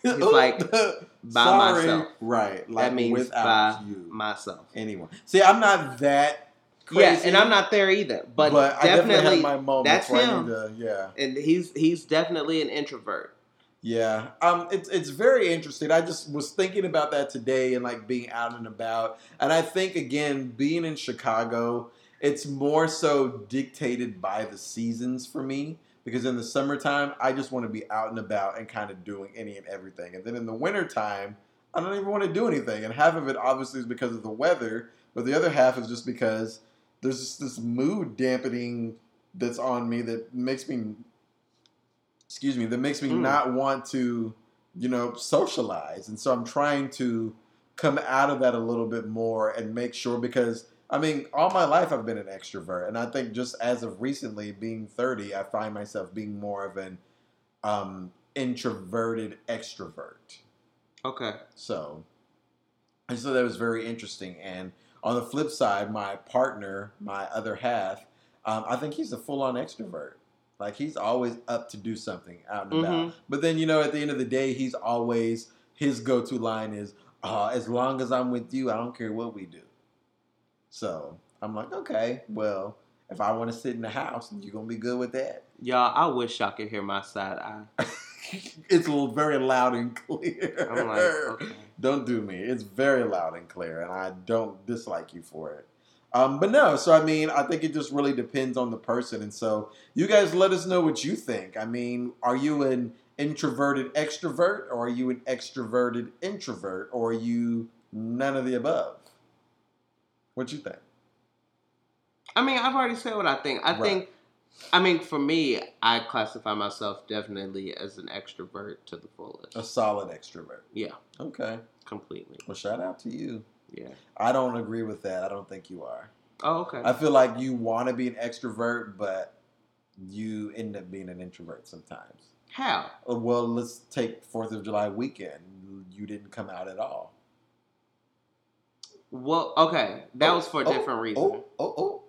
He's like, *laughs* by myself. Right. Like means without you. myself. anyone. See, I'm not that crazy. Yeah, and I'm not there either. But, I definitely, definitely, have my moments that's where I him. need to, yeah. and he's he's definitely an introvert. Yeah, um, it's it's very interesting. I just was thinking about that today and like being out and about, and I think again being in Chicago, it's more so dictated by the seasons for me because in the summertime I just want to be out and about and kind of doing any and everything, and then in the wintertime I don't even want to do anything, and half of it obviously is because of the weather, but the other half is just because there's just this mood dampening that's on me that makes me excuse me, that makes me Mm. not want to, you know, socialize. And so I'm trying to come out of that a little bit more and make sure because I mean, all my life I've been an extrovert. And I think just as of recently, being 30, I find myself being more of an um, introverted extrovert. Okay. So, and so that was very interesting. And on the flip side, my partner, my other half, um, I think he's a full on extrovert. Like he's always up to do something out and about. Mhm. But then you know, at the end of the day, he's always his go to line is, uh, "As long as I'm with you, I don't care what we do." So I'm like, okay, well, if I want to sit in the house, you're gonna be good with that. *laughs* Y'all, I wish y'all could hear my side eye. it's a little very loud and *laughs* clear. I'm *laughs* like, okay. Don't do me. It's very loud and clear, and I don't dislike you for it. Um, but no, so I mean, I think it just really depends on the person. And so you guys let us know what you think. I mean, are you an introverted extrovert, or are you an extroverted introvert, or are you none of the above? What you think? I mean, I've already said what I think. I Right. think, I mean, for me, I classify myself definitely as an extrovert to the fullest, A solid extrovert. Yeah. Okay. completely. Well, shout out to you. Yeah. I don't agree with that. I don't think you are. Oh, okay. I feel like you want to be an extrovert, but you end up being an introvert sometimes. How? Uh, Well, let's take Fourth of July weekend. You didn't come out at all. Well, okay, that was for a Oh, different reason. Oh, oh, oh,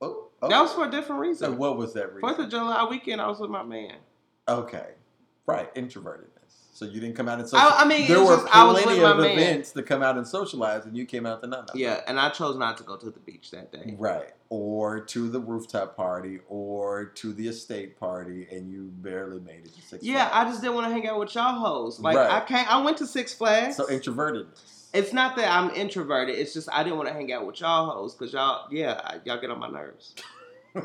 oh. oh. That was for a different So reason. what was that reason? Fourth of July weekend, I was with my man. okay, right, introvertedness. So you didn't come out and socialize. I, I mean, there it was were just, I was plenty with my of man. events to come out and socialize, and you came out to none. of them. Yeah, and I chose not to go to the beach that day. Right. Or to the rooftop party, or to the estate party, and you barely made it to six. Yeah, Flags. I just didn't want to hang out with y'all hoes. Like Right. I can't. I went to Six Flags. So introvertedness. it's not that I'm introverted. It's just I didn't want to hang out with y'all hoes because y'all, yeah, I- y'all get on my nerves.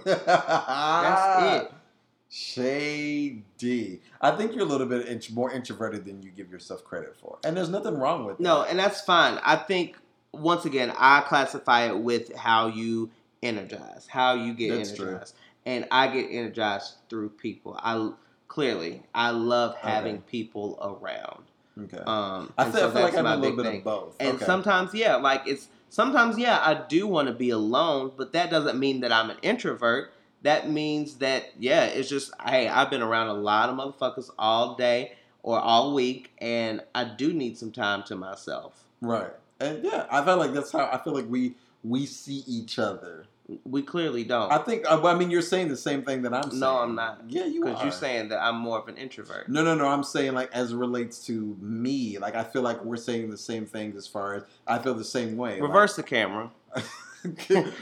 That's *laughs* Shady. I think you're a little bit int- more introverted than you give yourself credit for, and there's nothing wrong with No, that. and that's fine. I think once again, I classify it with how you energize, how you get That's true. energized, and I get energized through people. I clearly I love having people around. Okay. Um, I, and feel, so I feel like that's I'm my a little big bit thing. of both. And okay. sometimes, yeah, like it's sometimes, yeah, I do want to be alone, but that doesn't mean that I'm an introvert. That means that, yeah, it's just, hey, I've been around a lot of motherfuckers all day or all week, and I do need some time to myself. right. And yeah, I feel like that's how I feel like we we see each other. We clearly don't. I think. I, I mean, you're saying the same thing that I'm saying. No, I'm not. Yeah, you Because are. you're saying that I'm more of an introvert. No, no, no. I'm saying like as it relates to me. Like I feel like we're saying the same things as far as I feel the same way. like- Reverse the camera. *laughs*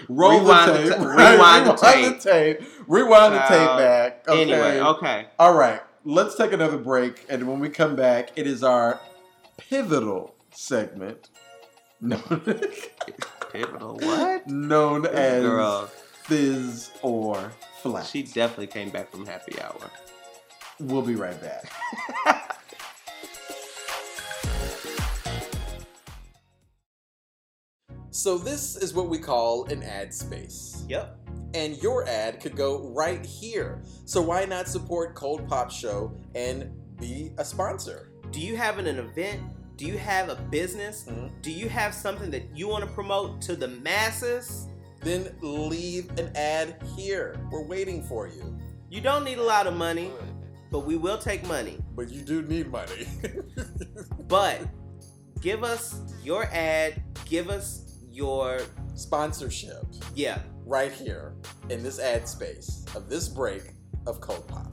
Roll Rewind the the tape. ta- right? rewind the Rewind the tape. Rewind the tape Uh, back. Okay. Anyway, okay. All right. Let's take another break. And when we come back, it is our pivotal segment known, *laughs* Pivotal. What? known This as girl, Fizz or Flash. she definitely came back from happy hour. We'll be right back. So, this is what we call an ad space. Yep. And your ad could go right here. So, why not support Cold Pop Show and be a sponsor? Do you have an, an event, Do you have a business? Mhm. Do you have something that you want to promote to the masses? Then leave an ad here. We're waiting for you. You don't need a lot of money, but we will take money. But you do need money. *laughs* But give us your ad, give us your Sponsorship yeah, right here in this ad space of this break of Cold Pop.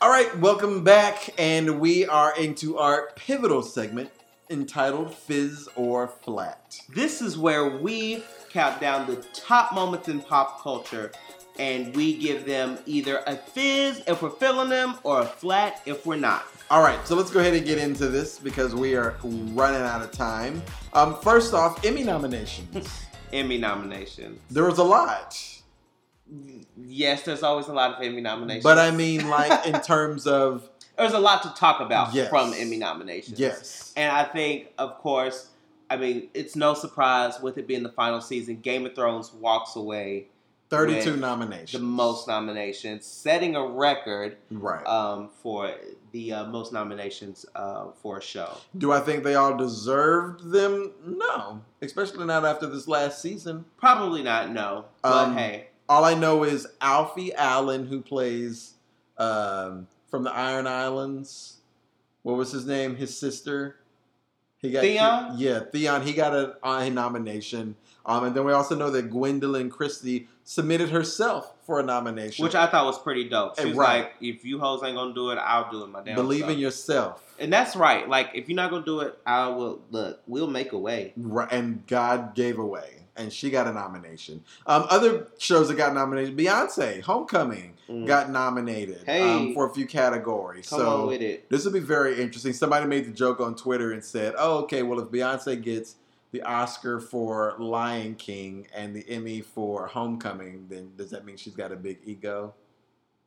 All right, welcome back, and we are into our pivotal segment entitled Fizz or Flat. This is where we count down the top moments in pop culture and we give them either a fizz if we're feeling them or a flat if we're not. All right, so let's go ahead and get into this because we are running out of time. Um, first off, Emmy nominations. Emmy nomination. there was a lot, Yes, there's always a lot of Emmy nominations. but I mean, like in terms of there's a lot to talk about Yes. from Emmy nominations. yes, And I think, of course, I mean, it's no surprise with it being the final season, Game of Thrones walks away thirty-two With nominations, the most nominations, setting a record right? um, for the uh, most nominations uh, for a show. Do I think they all deserved them? No, especially not after this last season. Probably not, no. But Um, hey, All I know is Alfie Allen, who plays um, from the Iron Islands. What was his name? His sister. He got Theon? yeah, Theon. He got a, a nomination. Um, and then we also know that Gwendolyn Christie submitted herself for a nomination. which I thought was pretty dope. She Hey, was right. like, if you hoes ain't gonna do it, I'll do it my damn believe self." in yourself. And that's right. Like, if you're not gonna do it, I will. Look, we'll make a way. Right, and God gave away, and she got a nomination. Um, other shows that got nominated: Beyonce, Homecoming Mm. got nominated Hey. um, for a few categories. Come so on with it. This would be very interesting. Somebody made the joke on Twitter and said, "Oh, okay. Well, if Beyonce gets the Oscar for Lion King and the Emmy for Homecoming, then does that mean she's got a big ego?" *laughs*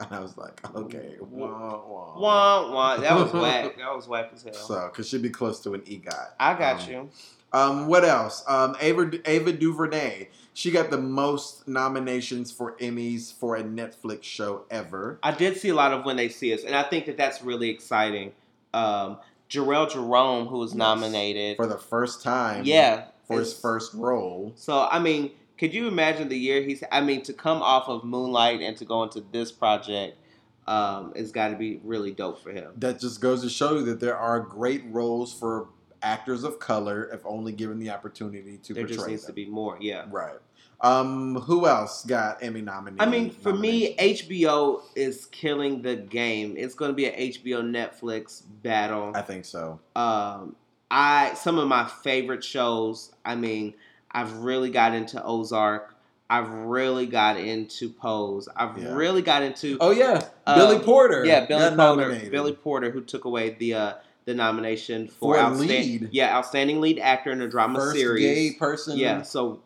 And I was like, "Okay, wah, wah. Wah, wah. That was *laughs* whack. That was whack as hell. So, because she'd be close to an EGOT. I got Um, you. Um, what else? Um, Ava, Ava DuVernay. She got the most nominations for Emmys for a Netflix show ever. I did see a lot of when they see us, and I think that that's really exciting. Um, Jarrell Jerome, who was Yes. nominated, For the first time. yeah, For his it's- first role. So I mean, could you imagine the year he's? I mean, to come off of Moonlight and to go into this project, um, it's got to be really dope for him. That just goes to show you that there are great roles for actors of color if only given the opportunity to There portray just needs to them. be more. Yeah. Right. Um, who else got Emmy nominated? I mean, for me, nominations? HBO is killing the game. It's going to be an HBO Netflix battle. I think so. um i some of my favorite shows i mean i've really got into ozark i've really got into pose i've Yeah. really got into Oh yeah, Uh, Billy Porter. yeah billy got porter nominated. billy porter who took away the uh the nomination for, For outsta- lead. yeah outstanding lead actor in a drama first series gay person. yeah so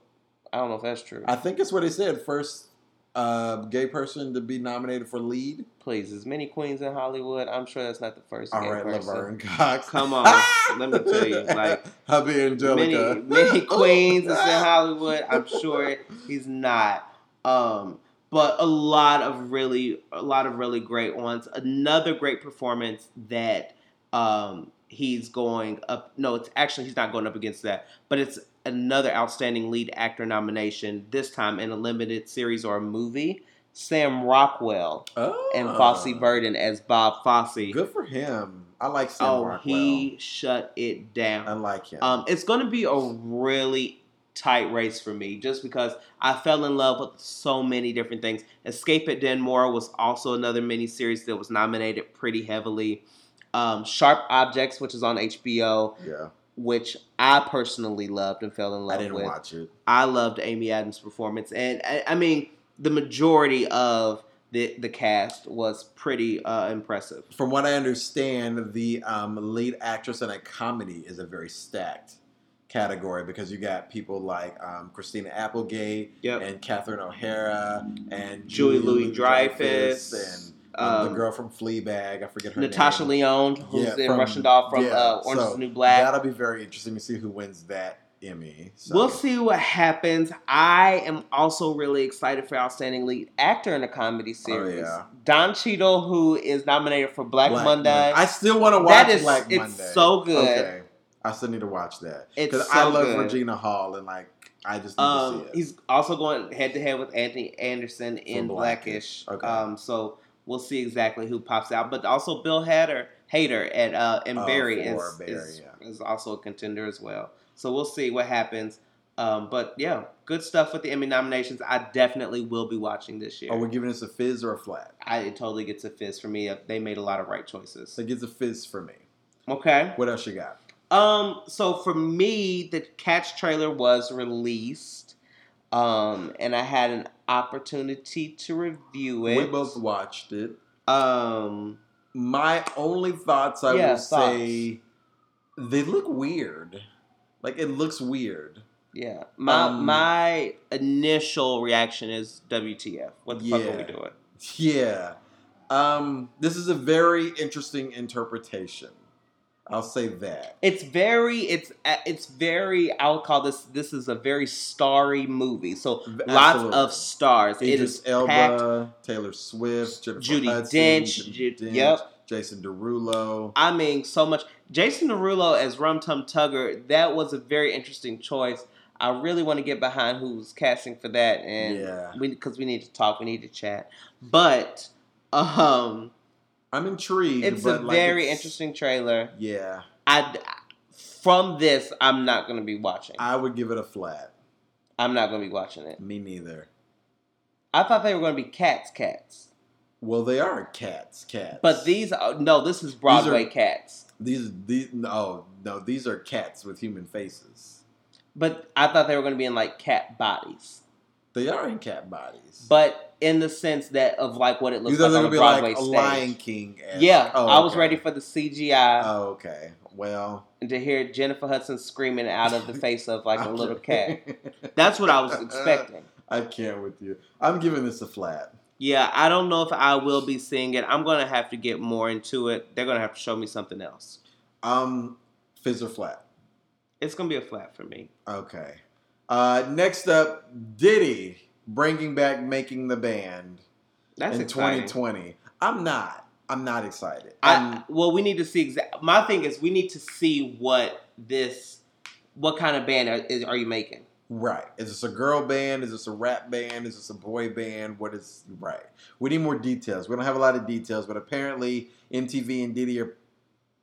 i don't know if that's true I think it's what they said. First uh, gay person to be nominated for lead. please as many queens in hollywood i'm sure that's not the first All gay right, person. Laverne Cox. Come *laughs* on, let me tell you, like, Hubby many, *laughs* Angelica. Oh, many queens is in Hollywood. I'm sure he's not. Um, but a lot of really, a lot of really great ones. Another great performance that um, he's going up. No, it's actually he's not going up against that, but it's another outstanding lead actor nomination. This time in a limited series or a movie. Sam Rockwell Oh. and Fosse Verdon as Bob Fosse. Good for him. I like Sam oh, Rockwell. he shut it down. I like him. Um, it's going to be a really tight race for me just because I fell in love with so many different things. Escape at Denmore was also another miniseries that was nominated pretty heavily. Um, Sharp Objects, which is on HBO, yeah, which I personally loved and fell in love I didn't with. watch it. I loved Amy Adams' performance, and I, I mean the majority of the the cast was pretty uh, impressive. From what I understand, the um, lead actress in a comedy is a very stacked category because you got people like um, Christina Applegate Yep. and Catherine O'Hara and Julie Julia Louis-Dreyfus, Louis-Dreyfus and Um, the girl from Fleabag. I forget her Natasha name. Leone, who's Yeah, in from- Russian Doll from yeah, uh, Orange so is the New Black. That'll be very interesting to see who wins that Emmy. So. We'll see what happens. I am also really excited for Outstanding Lead Actor in a Comedy Series. Oh, yeah. Don Cheadle, who is nominated for Black, Black Monday. Monday. I still want to watch That is- Black it's Monday. so good. Okay, I still need to watch that It's because I so love good. Regina Hall and like I just need Um, to see it. he's also going head to head with Anthony Anderson in Blackish. Blackish. Okay. Um, so we'll see exactly who pops out. But also Bill Hader, Hader at uh, and Oh, Barry, for is, Barry, is, yeah. is also a contender as well. So we'll see what happens. Um, but yeah, good stuff with the Emmy nominations. I definitely will be watching this year. Are we giving this a fizz or a flat? I it totally gets a fizz for me. They made a lot of right choices. So it gets a fizz for me. Okay. What else you got? Um. So for me, the catch trailer was released, um, and I had an opportunity to review it. We both watched it. Um. My only thoughts, I Yeah, would say, they look weird. Like it looks weird. *laughs* Yeah. My Um, my initial reaction is WTF? What the fuck are we Yeah. doing? Yeah. Um, this is a very interesting interpretation. I'll say that. It's very. It's it's very. I would call this. This is a very starry movie. So lots Absolutely. of stars. it Idris is packed. Elba, Taylor Swift, Jennifer Judi Hudson, Dench, Judi Ju- yep. Jason Derulo. I mean, so much. Jason Derulo as Rum Tum Tugger, that was a very interesting choice. I really want to get behind who's casting for that, and Yeah. because we, need to talk, we need to chat. But um, I'm intrigued. it's a but, like, very it's- interesting trailer. Yeah, I from this, I'm not going to be watching. I would give it a flat. I'm not going to be watching it. Me neither. I thought they were going to be cats, cats, Well, they are cats, cats. but these are no. This is Broadway cats. these these no no these are cats with human faces. But I thought they were going to be in like cat bodies. They are in cat bodies. but in the sense that of like what it looks you thought like they on would the be Broadway like a stage. Lion King. yeah, I was ready for the CGI Oh, okay. Well, and to hear Jennifer Hudson screaming out *laughs* of the face of like a I'm *laughs* little *laughs* cat. kidding. That's what I was expecting. I can't with you. I'm giving this a flat. Yeah, I don't know if I will be seeing it. I'm gonna have to get more into it. They're gonna have to show me something else. Um, fizz or flat. It's gonna be a flat for me. Okay. Uh, next up, Diddy bringing back making the band That's in exciting. 2020. I'm not. I'm not excited. I, I'm- well, we need to see. Exa- my thing is, we need to see what this, what kind of band are, is, are you making? right. Is this a girl band? Is this a rap band? Is this a boy band? What is right? We need more details. We don't have a lot of details, but apparently MTV and Diddy are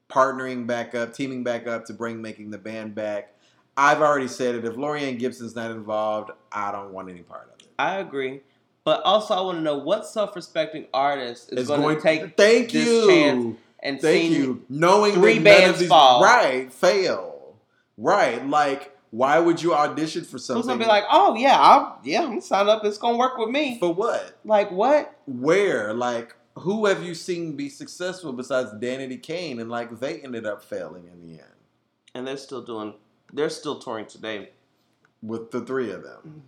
partnering back up, teaming back up to bring making the band back. I've already said it. If Lorianne Gibson's not involved, I don't want any part of it. I agree. But also, I want to know what self-respecting artist is It's going to take Thank this you. chance and seen Thank you. Knowing three that none bands of these, fall. right fail, right? Like, why would you audition for something? who's gonna be like, oh yeah, I'll, yeah, I'm signing up. It's gonna work with me. for what? Like what? Where? Like, who have you seen be successful besides Danity Kane? And like, they ended up failing in the end And they're still doing. They're still touring today. *laughs* with the three of them.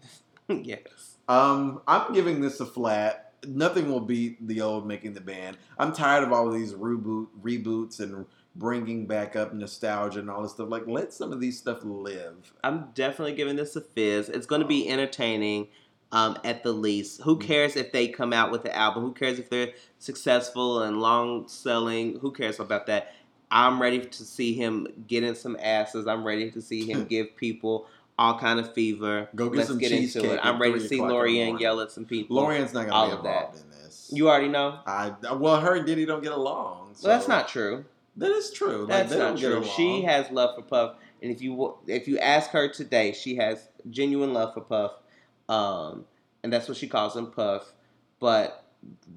yes. Um, I'm giving this a flat. Nothing will beat the old making the band. I'm tired of all of these reboot reboots and bringing back up nostalgia and all this stuff. Like, let some of these stuff live. I'm definitely giving this a fizz. It's gonna be entertaining. Um, at the least, Mm-hmm. who cares if they come out with an album? Who cares if they're successful and long selling? Who cares about that? I'm ready to see him get in some asses. I'm ready to see *laughs* him give people all kind of fever. Go get Let's some get into cheesecake it. at I'm ready to three see o'clock in the Lorianne morning. yell at some people. Lorianne's not all gonna be of that. involved in this. You already know. I well, her and Diddy don't get along. So Well, that's not true. That is true. Like, That's they not don't true. Get along. She has love for Puff, and if you wa- if you ask her today, she has genuine love for Puff, um, and that's what she calls him, Puff. But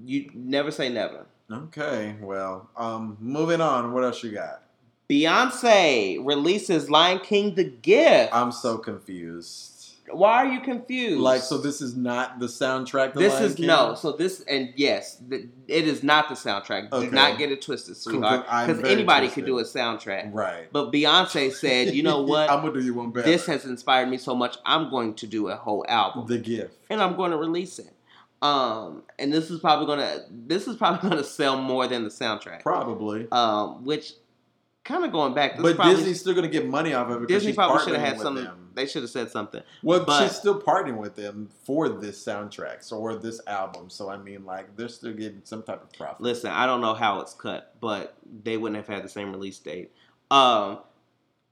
you never say never. Okay, well, um, moving on. What else you got? Beyonce releases Lion King: The Gift. I'm so confused. Why are you confused? Like, so this is not the soundtrack. to this Lion is King? no. So this and yes, th- it is not the soundtrack. Okay. Do not get it twisted, Cool, 'cause sweetheart, I'm because very anybody twisted. could do a soundtrack. Right. But Beyonce said, "You *laughs* know what? I'm gonna do you one better. this has inspired me so much i'm going to do a whole album the gift. and i'm going to release it um and this is *laughs* probably gonna this is probably gonna sell more than the soundtrack Probably. um which kind of going back. This but probably- Disney's still going to get money off of it. 'cause Disney she's probably should have partnering had with some. them. They should have said something. Well, but- she's still partnering with them for this soundtrack so- or this album. So I mean, like they're still getting some type of profit. Listen, I don't know how it's cut, but they wouldn't have had the same release date. Um,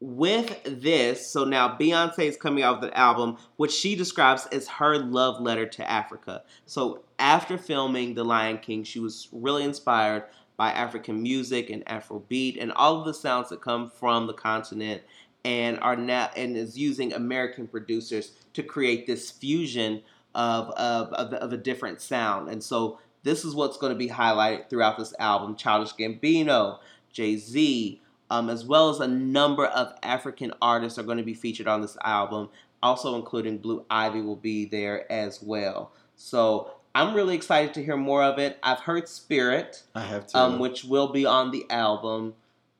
with this, so now Beyonce is coming out with an album which she describes as her love letter to Africa. So after filming The Lion King, she was really inspired by African music and Afrobeat and all of the sounds that come from the continent and are now and is using American producers to create this fusion of of, of, of a different sound. And so this is what's going to be highlighted throughout this album Childish Gambino, Jay Z, um, as well as a number of African artists are going to be featured on this album, also including Blue Ivy will be there as well. So I'm really excited to hear more of it. I've heard Spirit, I have to. um, which will be on the album.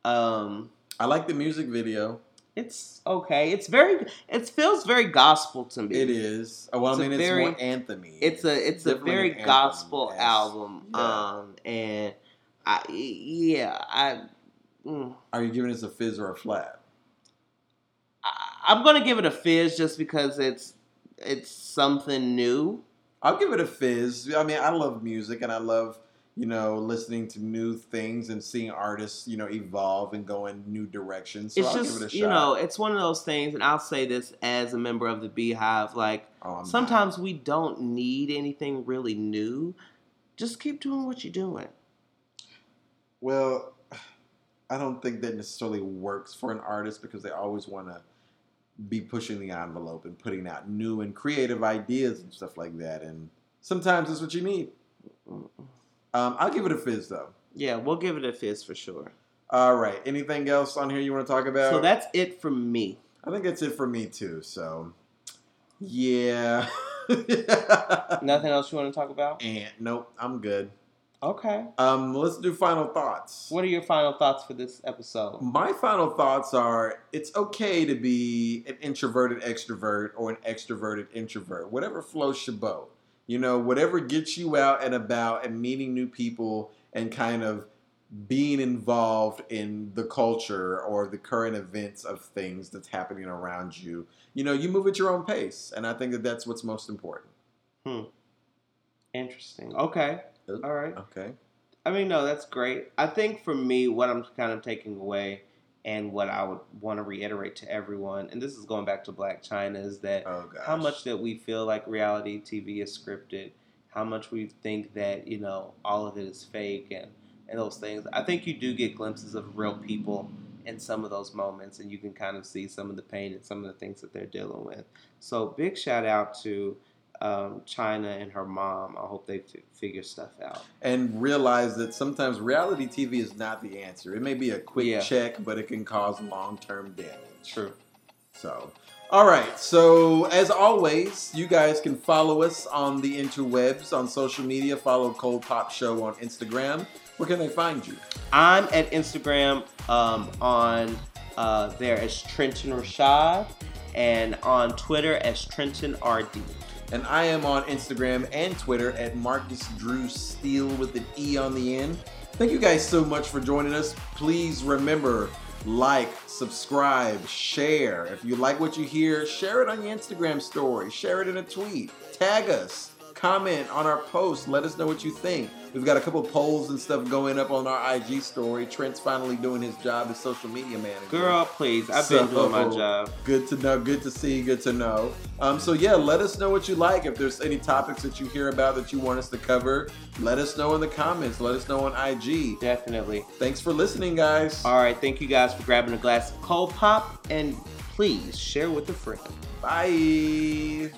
Um, I like the music video. it's okay. It's very. It feels very gospel to me. It is. Oh, well, It's I a mean, it's very- more anthemy. It's a it's a definitely very an anthem, gospel yes. album. Yeah. Um and I yeah, I mm, Are you giving us a fizz or a flat? I- I'm going to give it a fizz just because it's it's something new. I'll give it a fizz. I mean, I love music and I love, you know, listening to new things and seeing artists, you know, evolve and go in new directions. So it's I'll just give it a shot. you know, it's one of those things and I'll say this as a member of the Beehive like Oh, I'm sometimes we don't need anything really new. Just keep doing what you're doing. Well, *sighs* I don't think that necessarily works for an artist because they always want to be pushing the envelope and putting out new and creative ideas and stuff like that. And sometimes that's what you need. Um, I'll give it a fizz though. Yeah, we'll give it a fizz for sure. All right. Anything else on here you want to talk about? So that's it from me. I think that's it for me too. So, yeah. *laughs* Nothing else you want to talk about? and nope, I'm good. Okay. Um, let's do final thoughts. What are your final thoughts for this episode? My final thoughts are it's okay to be an introverted extrovert or an extroverted introvert, whatever floats your boat. You know, whatever gets you out and about and meeting new people and kind of being involved in the culture or the current events of things that's happening around you. You know, you move at your own pace. And I think that that's what's most important. Interesting. Okay. Oop. All right. Okay. I mean, no, that's great. I think for me, what I'm kind of taking away and what I would want to reiterate to everyone, and this is going back to Black China, is that Oh, gosh. how much that we feel like reality TV is scripted, how much we think that, you know, all of it is fake and, and those things. I think you do get glimpses of real people in some of those moments, and you can kind of see some of the pain and some of the things that they're dealing with. So, big shout out to um, China and her mom. I hope they fi- figure stuff out. and realize that sometimes reality TV is not the answer. It may be a quick Yeah. check, but it can cause long term damage. True. So, all right. So, as always, you guys can follow us on the interwebs, on social media. Follow Cold Pop Show on Instagram. Where can they find you? I'm at Instagram um, on uh, there as Trenton Rashad and on Twitter as Trenton RD. And I am on Instagram and Twitter at Marcus Drew Steele with an E on the end. Thank you guys so much for joining us. Please remember, like, subscribe, share. If you like what you hear, share it on your Instagram story, share it in a tweet, tag us, comment on our post, let us know what you think. We've got a couple polls and stuff going up on our IG story. Trent's finally doing his job as social media manager Girl, please, I've been doing my job. good to know good to see good to know um, so yeah let us know what you like if there's any topics that you hear about that you want us to cover let us know in the comments let us know on ig Definitely. thanks for listening guys All right, thank you guys for grabbing a glass of cold pop and please share with a friend. bye